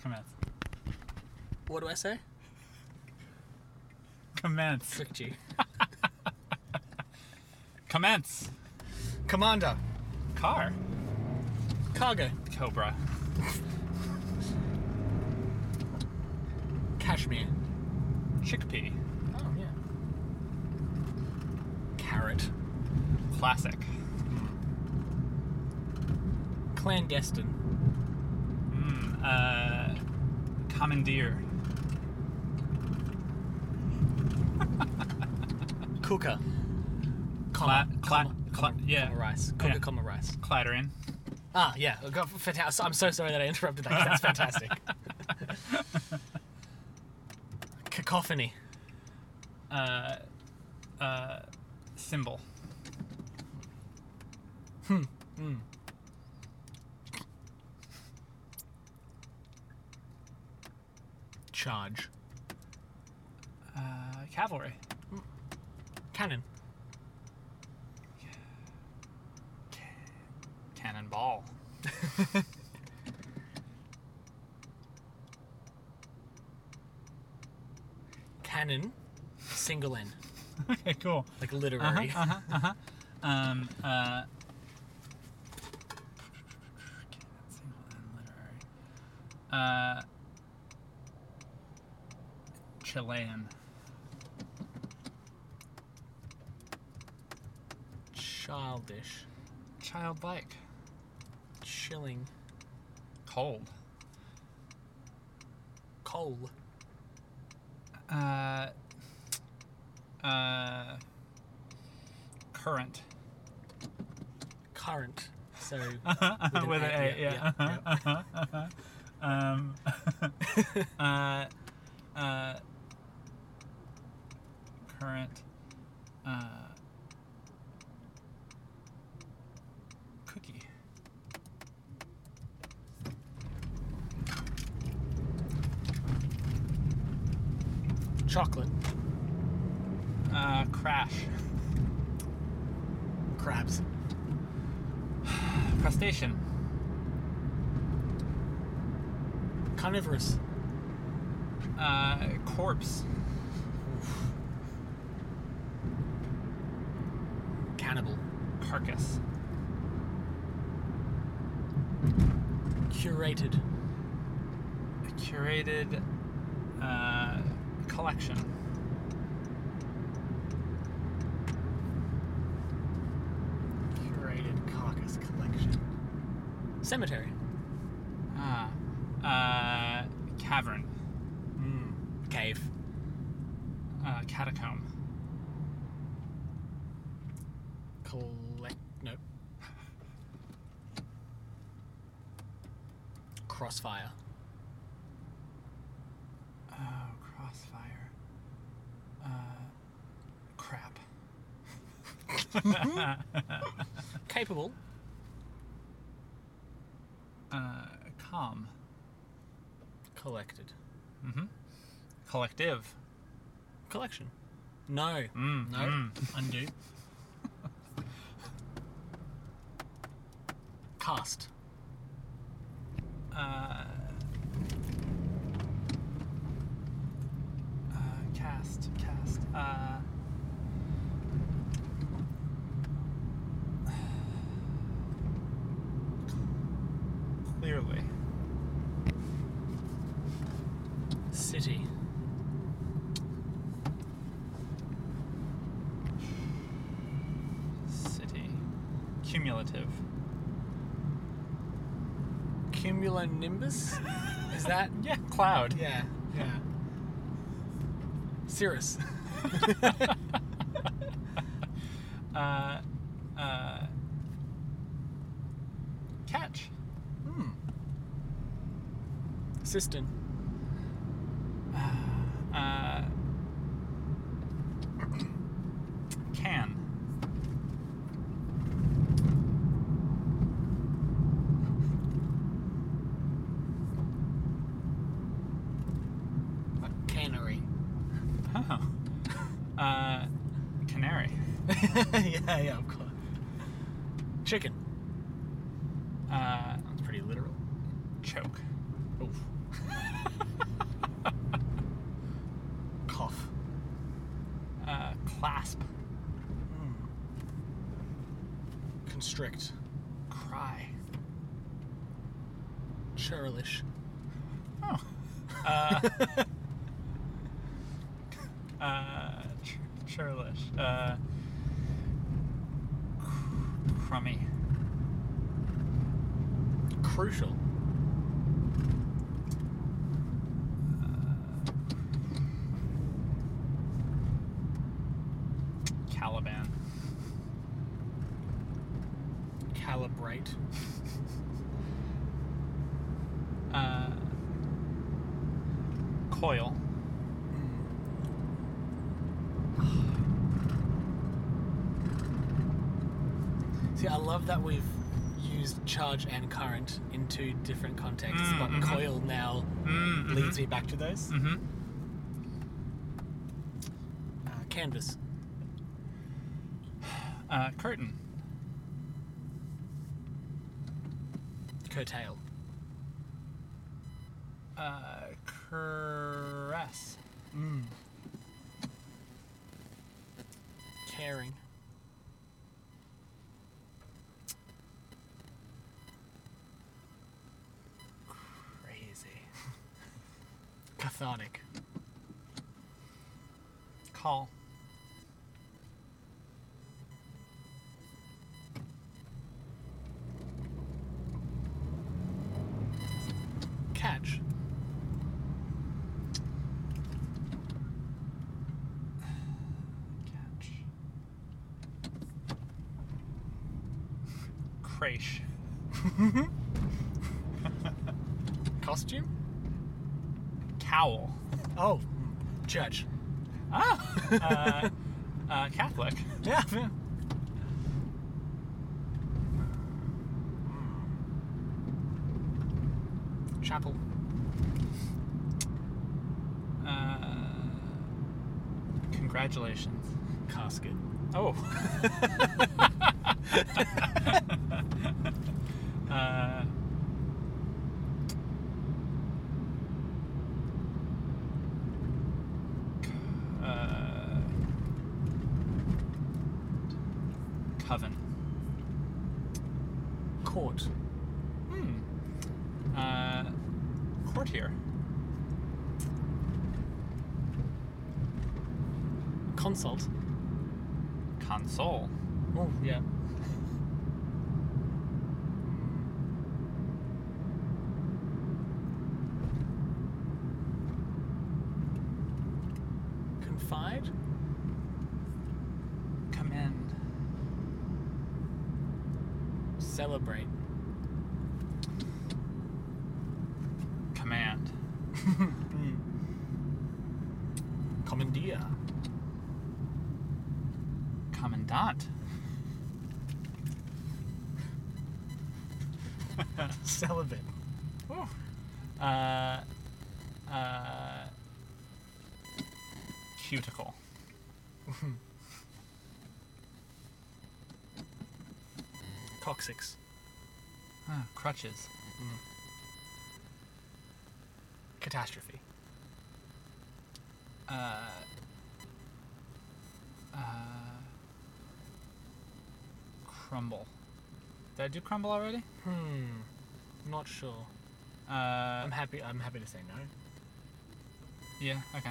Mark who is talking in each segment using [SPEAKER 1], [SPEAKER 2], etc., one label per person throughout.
[SPEAKER 1] Commence.
[SPEAKER 2] What do I say?
[SPEAKER 1] Commence.
[SPEAKER 2] Tricked you.
[SPEAKER 1] Commence.
[SPEAKER 2] Commander.
[SPEAKER 1] Car.
[SPEAKER 2] Cargo.
[SPEAKER 1] Cobra.
[SPEAKER 2] Cashmere.
[SPEAKER 1] Chickpea.
[SPEAKER 2] Oh yeah. Carrot.
[SPEAKER 1] Classic.
[SPEAKER 2] Clandestine.
[SPEAKER 1] Mm, uh, commandeer.
[SPEAKER 2] Cooker.
[SPEAKER 1] Cla-
[SPEAKER 2] Comma.
[SPEAKER 1] cla-
[SPEAKER 2] comma,
[SPEAKER 1] cla-
[SPEAKER 2] comma,
[SPEAKER 1] yeah.
[SPEAKER 2] comma rice. Cooker,
[SPEAKER 1] Yeah.
[SPEAKER 2] comma rice.
[SPEAKER 1] Clattering.
[SPEAKER 2] Ah, yeah. I got- fanta- I'm so sorry that I interrupted that. 'cause That's fantastic. Cacophony.
[SPEAKER 1] Uh, uh, symbol.
[SPEAKER 2] Charge.
[SPEAKER 1] Uh, cavalry.
[SPEAKER 2] Cannon.
[SPEAKER 1] Cannonball.
[SPEAKER 2] Cannon. Single N.
[SPEAKER 1] okay, cool.
[SPEAKER 2] Like literary.
[SPEAKER 1] Uh-huh, Um, uh, uh, Chilean.
[SPEAKER 2] Childish.
[SPEAKER 1] Childlike.
[SPEAKER 2] Chilling.
[SPEAKER 1] Cold.
[SPEAKER 2] Coal.
[SPEAKER 1] Uh, uh, current.
[SPEAKER 2] Current. So.
[SPEAKER 1] With,
[SPEAKER 2] an
[SPEAKER 1] an A, yeah.
[SPEAKER 2] yeah, yeah.
[SPEAKER 1] Um, uh, uh, current uh, cookie.
[SPEAKER 2] Chocolate.
[SPEAKER 1] Uh, crash.
[SPEAKER 2] Crabs.
[SPEAKER 1] Crustacean.
[SPEAKER 2] Carnivorous.
[SPEAKER 1] Uh, corpse.
[SPEAKER 2] Cannibal.
[SPEAKER 1] Carcass.
[SPEAKER 2] Curated.
[SPEAKER 1] A curated uh, collection.
[SPEAKER 2] Curated carcass collection. Cemetery.
[SPEAKER 1] Ah. Uh, cavern.
[SPEAKER 2] Hmm. Cave.
[SPEAKER 1] Uh, catacomb.
[SPEAKER 2] Collect. No. Crossfire.
[SPEAKER 1] Oh, crossfire. Uh, crap.
[SPEAKER 2] Capable.
[SPEAKER 1] Uh, calm.
[SPEAKER 2] Collected.
[SPEAKER 1] Collective.
[SPEAKER 2] Collection. No.
[SPEAKER 1] Mm,
[SPEAKER 2] no.
[SPEAKER 1] mm.
[SPEAKER 2] Hmm, Undo. Cast.
[SPEAKER 1] Uh, uh, cast. Cast. Uh, clearly.
[SPEAKER 2] City.
[SPEAKER 1] City. Cumulative.
[SPEAKER 2] Cumulonimbus? Is that?
[SPEAKER 1] Yeah, cloud.
[SPEAKER 2] Yeah. Yeah. Cirrus.
[SPEAKER 1] uh, uh, catch.
[SPEAKER 2] Cistern.
[SPEAKER 1] Uh, can.
[SPEAKER 2] A cannery.
[SPEAKER 1] Oh. Uh, canary.
[SPEAKER 2] yeah, yeah, of course. Chicken.
[SPEAKER 1] Uh,
[SPEAKER 2] That's pretty literal.
[SPEAKER 1] choke.
[SPEAKER 2] Oof.
[SPEAKER 1] Uh,
[SPEAKER 2] constrict.
[SPEAKER 1] Cry.
[SPEAKER 2] Churlish.
[SPEAKER 1] Oh. Uh, uh, ch- churlish. Uh, cr- crummy.
[SPEAKER 2] Crucial.
[SPEAKER 1] Caliban.
[SPEAKER 2] Calibrate.
[SPEAKER 1] Uh, coil.
[SPEAKER 2] See, I love that we've used charge and current in two different contexts,
[SPEAKER 1] Mm,
[SPEAKER 2] but
[SPEAKER 1] mhm.
[SPEAKER 2] coil now
[SPEAKER 1] Mm,
[SPEAKER 2] leads me back to those.
[SPEAKER 1] hmm
[SPEAKER 2] Uh, canvas.
[SPEAKER 1] Uh, curtain.
[SPEAKER 2] Curtail.
[SPEAKER 1] Uh, caress.
[SPEAKER 2] Caring.
[SPEAKER 1] Crazy.
[SPEAKER 2] Cathartic.
[SPEAKER 1] Call.
[SPEAKER 2] Catch.
[SPEAKER 1] Catch. Crash.
[SPEAKER 2] Costume?
[SPEAKER 1] Cowl.
[SPEAKER 2] Oh, church.
[SPEAKER 1] Ah! Uh, uh, Catholic.
[SPEAKER 2] Yeah, yeah. Chapel.
[SPEAKER 1] Uh, congratulations.
[SPEAKER 2] Casket.
[SPEAKER 1] Oh. uh, uh, coven.
[SPEAKER 2] Court.
[SPEAKER 1] Hmm. Uh, courtier.
[SPEAKER 2] Consult.
[SPEAKER 1] Console.
[SPEAKER 2] Oh, yeah. Confide?
[SPEAKER 1] Commend.
[SPEAKER 2] Celebrate.
[SPEAKER 1] Command.
[SPEAKER 2] Commandeer.
[SPEAKER 1] Commandant.
[SPEAKER 2] Celibate.
[SPEAKER 1] Ooh. Uh, uh, cuticle.
[SPEAKER 2] Coccyx.
[SPEAKER 1] Ah, crutches.
[SPEAKER 2] Catastrophe.
[SPEAKER 1] Uh, uh, crumble. Did I do crumble already?
[SPEAKER 2] Hmm. Not sure.
[SPEAKER 1] Uh,
[SPEAKER 2] I'm happy. I'm happy to say no.
[SPEAKER 1] yeah, okay.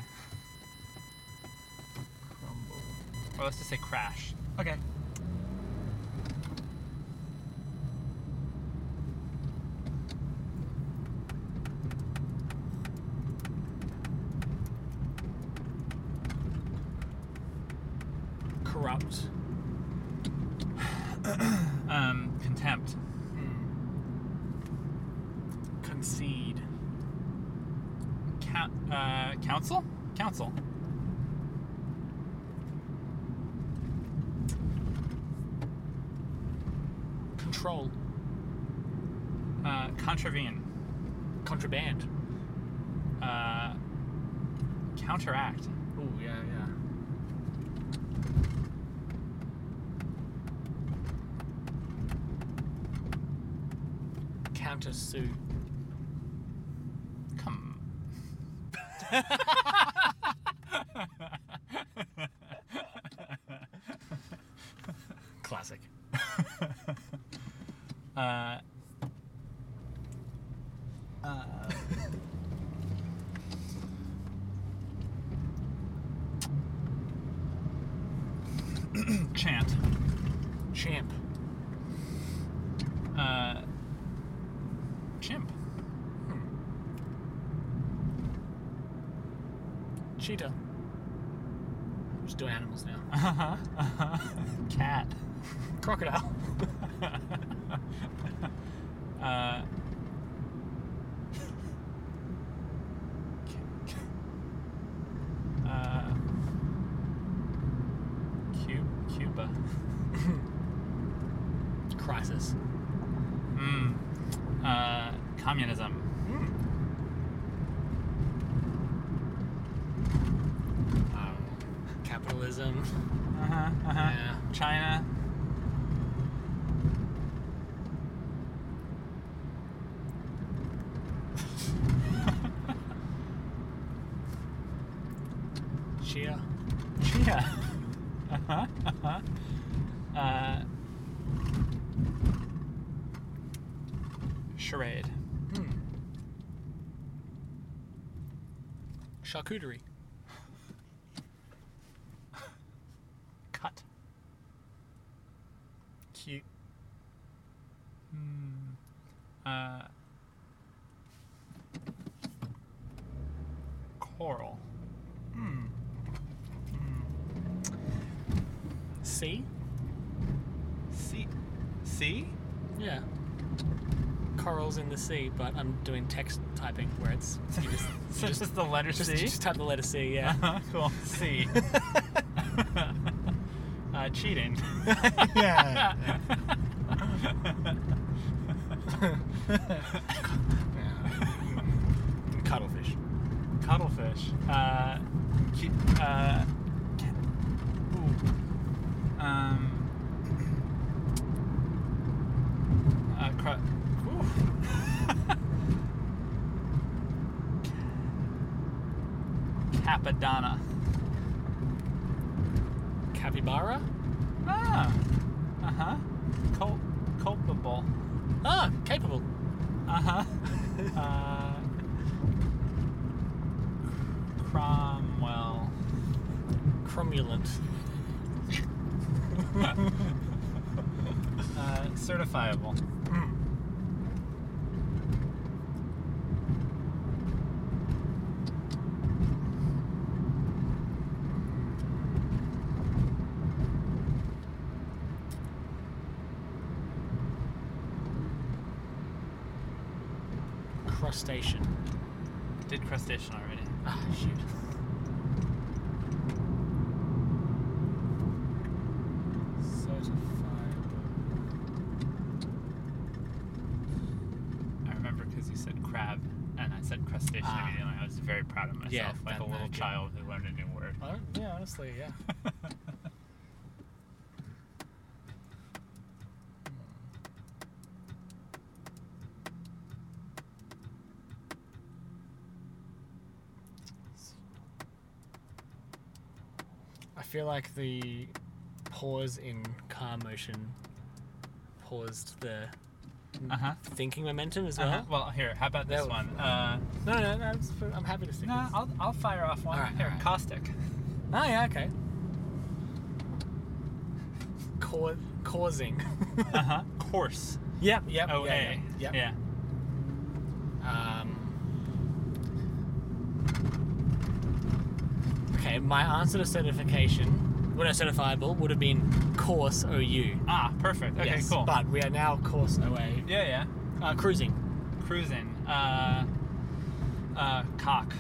[SPEAKER 2] Crumble.
[SPEAKER 1] Or let's just say crash.
[SPEAKER 2] Okay. Corrupt.
[SPEAKER 1] Um, contempt.
[SPEAKER 2] Concede.
[SPEAKER 1] Coun uh, council? Council.
[SPEAKER 2] Control.
[SPEAKER 1] Uh, contravene.
[SPEAKER 2] Contraband.
[SPEAKER 1] Uh, counteract.
[SPEAKER 2] Oh yeah, yeah. Counter sue.
[SPEAKER 1] Come.
[SPEAKER 2] Classic.
[SPEAKER 1] chant.
[SPEAKER 2] Champ.
[SPEAKER 1] Uh, chimp.
[SPEAKER 2] Cheetah. We're just doing animals now.
[SPEAKER 1] Uh-huh. Uh-huh. Cat.
[SPEAKER 2] Crocodile.
[SPEAKER 1] Uh, uh, Cu- Cuba.
[SPEAKER 2] Crisis.
[SPEAKER 1] Mm. Uh, communism.
[SPEAKER 2] Hmm. Um, capitalism.
[SPEAKER 1] Uh-huh. Uh-huh.
[SPEAKER 2] Yeah.
[SPEAKER 1] China.
[SPEAKER 2] Cheer.
[SPEAKER 1] Chia. Uh-huh. Uh-huh. Uh, charade.
[SPEAKER 2] Hmm. Charcuterie.
[SPEAKER 1] Cut. Cute. Hmm. Uh, coral.
[SPEAKER 2] Sea.
[SPEAKER 1] See? See?
[SPEAKER 2] Yeah. Corals in the sea, but I'm doing text typing where it's you just,
[SPEAKER 1] So
[SPEAKER 2] you
[SPEAKER 1] just,
[SPEAKER 2] just,
[SPEAKER 1] the letter
[SPEAKER 2] just,
[SPEAKER 1] C?
[SPEAKER 2] just type the letter C. Yeah.
[SPEAKER 1] Uh-huh, cool. C. uh, cheating.
[SPEAKER 2] yeah. Cuttlefish.
[SPEAKER 1] Cuttlefish. Uh, cu- uh, ca- ooh. Um, uh, cra- ooh. Capadonna.
[SPEAKER 2] Capybara.
[SPEAKER 1] Ah. Uh huh. Cul- culpable.
[SPEAKER 2] Ah, capable.
[SPEAKER 1] Uh-huh. uh Cromwell.
[SPEAKER 2] Cromulent.
[SPEAKER 1] Uh, certifiable.
[SPEAKER 2] Crustacean.
[SPEAKER 1] Did crustacean already.
[SPEAKER 2] Ah, shoot. Certified.
[SPEAKER 1] I remember because you said crab, and I said crustacean
[SPEAKER 2] Ah.
[SPEAKER 1] immediately. I was very proud of myself,
[SPEAKER 2] Yeah,
[SPEAKER 1] like
[SPEAKER 2] that-
[SPEAKER 1] a little
[SPEAKER 2] okay.
[SPEAKER 1] child who learned a new word.
[SPEAKER 2] I don't, yeah, honestly, yeah. Mm-hmm. I feel like the pause in car motion paused the
[SPEAKER 1] Uh-huh.
[SPEAKER 2] thinking momentum as well.
[SPEAKER 1] Uh-huh. Well, here, how about this
[SPEAKER 2] That
[SPEAKER 1] one?
[SPEAKER 2] was-
[SPEAKER 1] Uh,
[SPEAKER 2] No, no, no, I'm, s- I'm happy to stick.
[SPEAKER 1] no,
[SPEAKER 2] with
[SPEAKER 1] I'll, I'll fire off one.
[SPEAKER 2] Alright,
[SPEAKER 1] here,
[SPEAKER 2] alright.
[SPEAKER 1] caustic.
[SPEAKER 2] this. Oh, yeah, okay. Cau- causing.
[SPEAKER 1] Uh-huh. Coarse.
[SPEAKER 2] yep, yep.
[SPEAKER 1] O-A.
[SPEAKER 2] yeah, yeah, yep.
[SPEAKER 1] yeah.
[SPEAKER 2] Um, okay, my answer to certification, when I certifiable, would have been course OU.
[SPEAKER 1] Ah, perfect. Okay,
[SPEAKER 2] yes,
[SPEAKER 1] cool.
[SPEAKER 2] But we are now course OA.
[SPEAKER 1] Yeah, yeah.
[SPEAKER 2] Uh, cruising.
[SPEAKER 1] Cruising. Uh, uh, cock.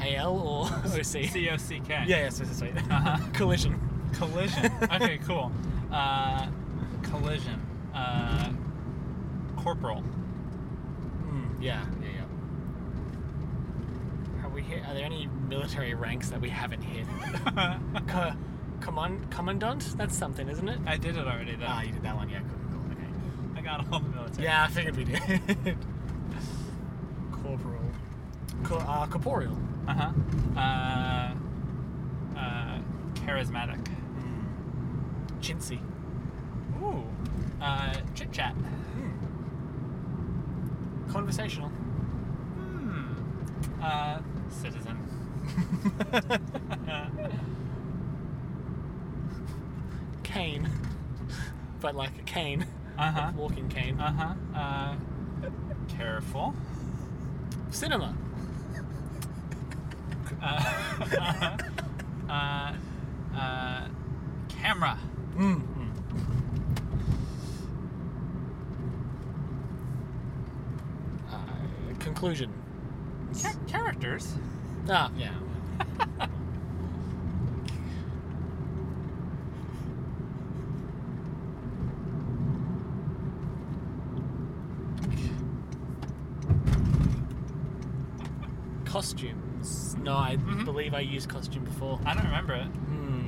[SPEAKER 2] AL or OC?
[SPEAKER 1] C O C K.
[SPEAKER 2] Yeah, yes, yes, yes.
[SPEAKER 1] Uh-huh.
[SPEAKER 2] Collision.
[SPEAKER 1] Collision. Okay, cool. Uh, collision. Uh, corporal.
[SPEAKER 2] Mm, yeah, yeah, yeah. Have we hit? Are there any military ranks that we haven't hit? Co- command, commandant? That's something, isn't it?
[SPEAKER 1] I did it already though.
[SPEAKER 2] Ah, you did that one. Yeah, cool, cool. Okay.
[SPEAKER 1] I got all the military.
[SPEAKER 2] Yeah, I figured we did. Corporal. Cor- uh, corporeal.
[SPEAKER 1] Uh-huh. Uh Uh. Charismatic. Hmm.
[SPEAKER 2] Chintzy.
[SPEAKER 1] Ooh. Uh. Chit chat.
[SPEAKER 2] Conversational.
[SPEAKER 1] Hmm. Uh. Uh-huh. Citizen.
[SPEAKER 2] cane, but like a cane,
[SPEAKER 1] Uh-huh.
[SPEAKER 2] walking cane.
[SPEAKER 1] Uh-huh. Uh, careful.
[SPEAKER 2] Cinema.
[SPEAKER 1] Uh, uh-huh. uh, uh, camera. Hmm.
[SPEAKER 2] Mm. Uh, conclusion.
[SPEAKER 1] Cha- characters.
[SPEAKER 2] Ah, yeah. Costumes. No, I
[SPEAKER 1] Mhm.
[SPEAKER 2] believe I used costume before. Ah.
[SPEAKER 1] I don't remember it.
[SPEAKER 2] Hmm.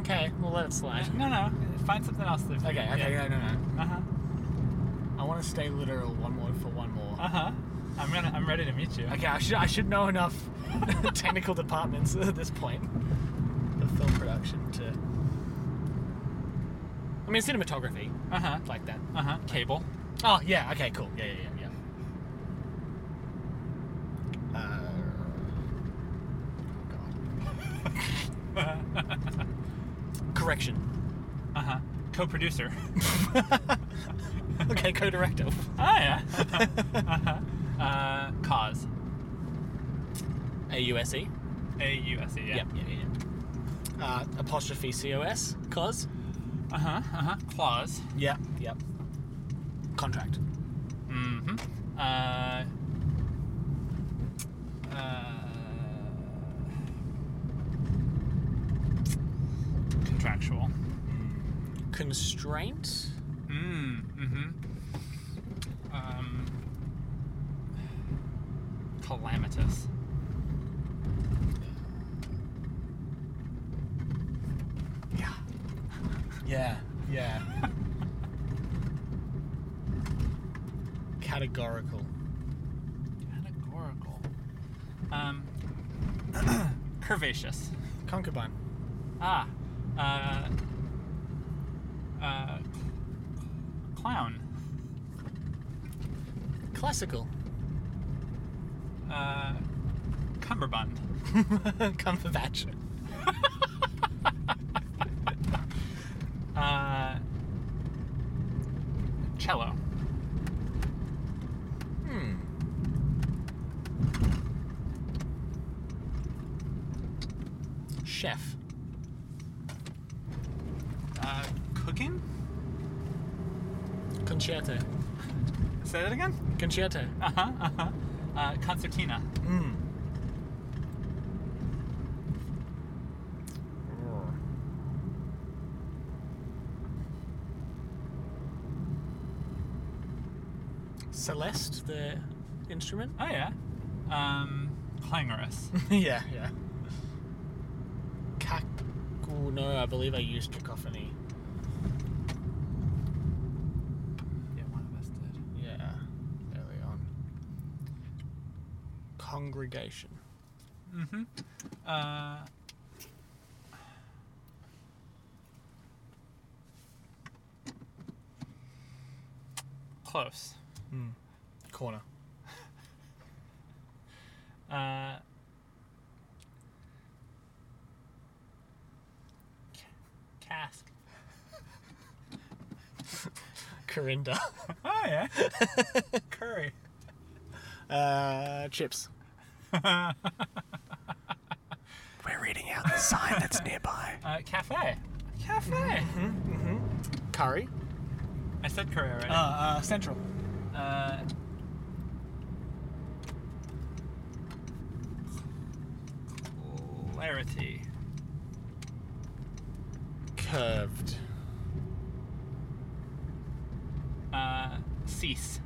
[SPEAKER 2] Okay, we'll let it slide.
[SPEAKER 1] No, no. Find something else. to-
[SPEAKER 2] Okay, okay,
[SPEAKER 1] Yeah.
[SPEAKER 2] no, no, no.
[SPEAKER 1] Uh-huh.
[SPEAKER 2] I want to stay literal one more for one more.
[SPEAKER 1] Uh-huh. I'm gonna. I'm ready to meet you.
[SPEAKER 2] Okay, I should I should know enough technical departments at this point of film production to. I mean, cinematography
[SPEAKER 1] Uh-huh.
[SPEAKER 2] like that.
[SPEAKER 1] Uh-huh. Cable.
[SPEAKER 2] Oh yeah. Okay. Cool. Yeah. Yeah. Yeah. yeah. Uh, oh
[SPEAKER 1] uh-huh.
[SPEAKER 2] God. Uh, Correction.
[SPEAKER 1] Co-producer.
[SPEAKER 2] okay, co-director.
[SPEAKER 1] Ah, yeah. uh-huh. Uh, cause.
[SPEAKER 2] A U S E.
[SPEAKER 1] A U S E. Yeah.
[SPEAKER 2] Yep. Yeah. Yeah. yeah. Uh, apostrophe C O S. Cause.
[SPEAKER 1] Uh huh. Uh huh. Claws.
[SPEAKER 2] Yep. Yep. Contract.
[SPEAKER 1] Mm hmm. Uh. Uh. Contractual.
[SPEAKER 2] Constraint.
[SPEAKER 1] Mm. Mm-hmm. Um. Calamitous.
[SPEAKER 2] Yeah. Yeah. Yeah. Categorical.
[SPEAKER 1] Categorical. Um. curvaceous.
[SPEAKER 2] Concubine.
[SPEAKER 1] Ah. Uh. Uh. Clown.
[SPEAKER 2] Classical.
[SPEAKER 1] Uh. Cumberbund.
[SPEAKER 2] Cumberbatch.
[SPEAKER 1] Uh, cello.
[SPEAKER 2] Hmm. Chef.
[SPEAKER 1] Uh, cooking?
[SPEAKER 2] Concerto.
[SPEAKER 1] Say that again?
[SPEAKER 2] Concerto.
[SPEAKER 1] Uh huh, uh huh. Uh, concertina.
[SPEAKER 2] Hmm. Celeste, the instrument?
[SPEAKER 1] Oh, yeah. Um, clangorous.
[SPEAKER 2] yeah, yeah. Cac. ooh, No, I believe I used cacophony.
[SPEAKER 1] yeah, one of us did.
[SPEAKER 2] Yeah, early on. Congregation.
[SPEAKER 1] Mm hmm. Uh, close.
[SPEAKER 2] Corner.
[SPEAKER 1] Uh, cask.
[SPEAKER 2] Corinda.
[SPEAKER 1] Oh yeah. Curry.
[SPEAKER 2] uh, chips.
[SPEAKER 1] uh,
[SPEAKER 2] We're reading out the sign that's nearby.
[SPEAKER 1] Uh, cafe. Cafe.
[SPEAKER 2] Curry.
[SPEAKER 1] I said curry already.
[SPEAKER 2] uh, Central.
[SPEAKER 1] Uh, clarity.
[SPEAKER 2] Curved.
[SPEAKER 1] Uh, cease.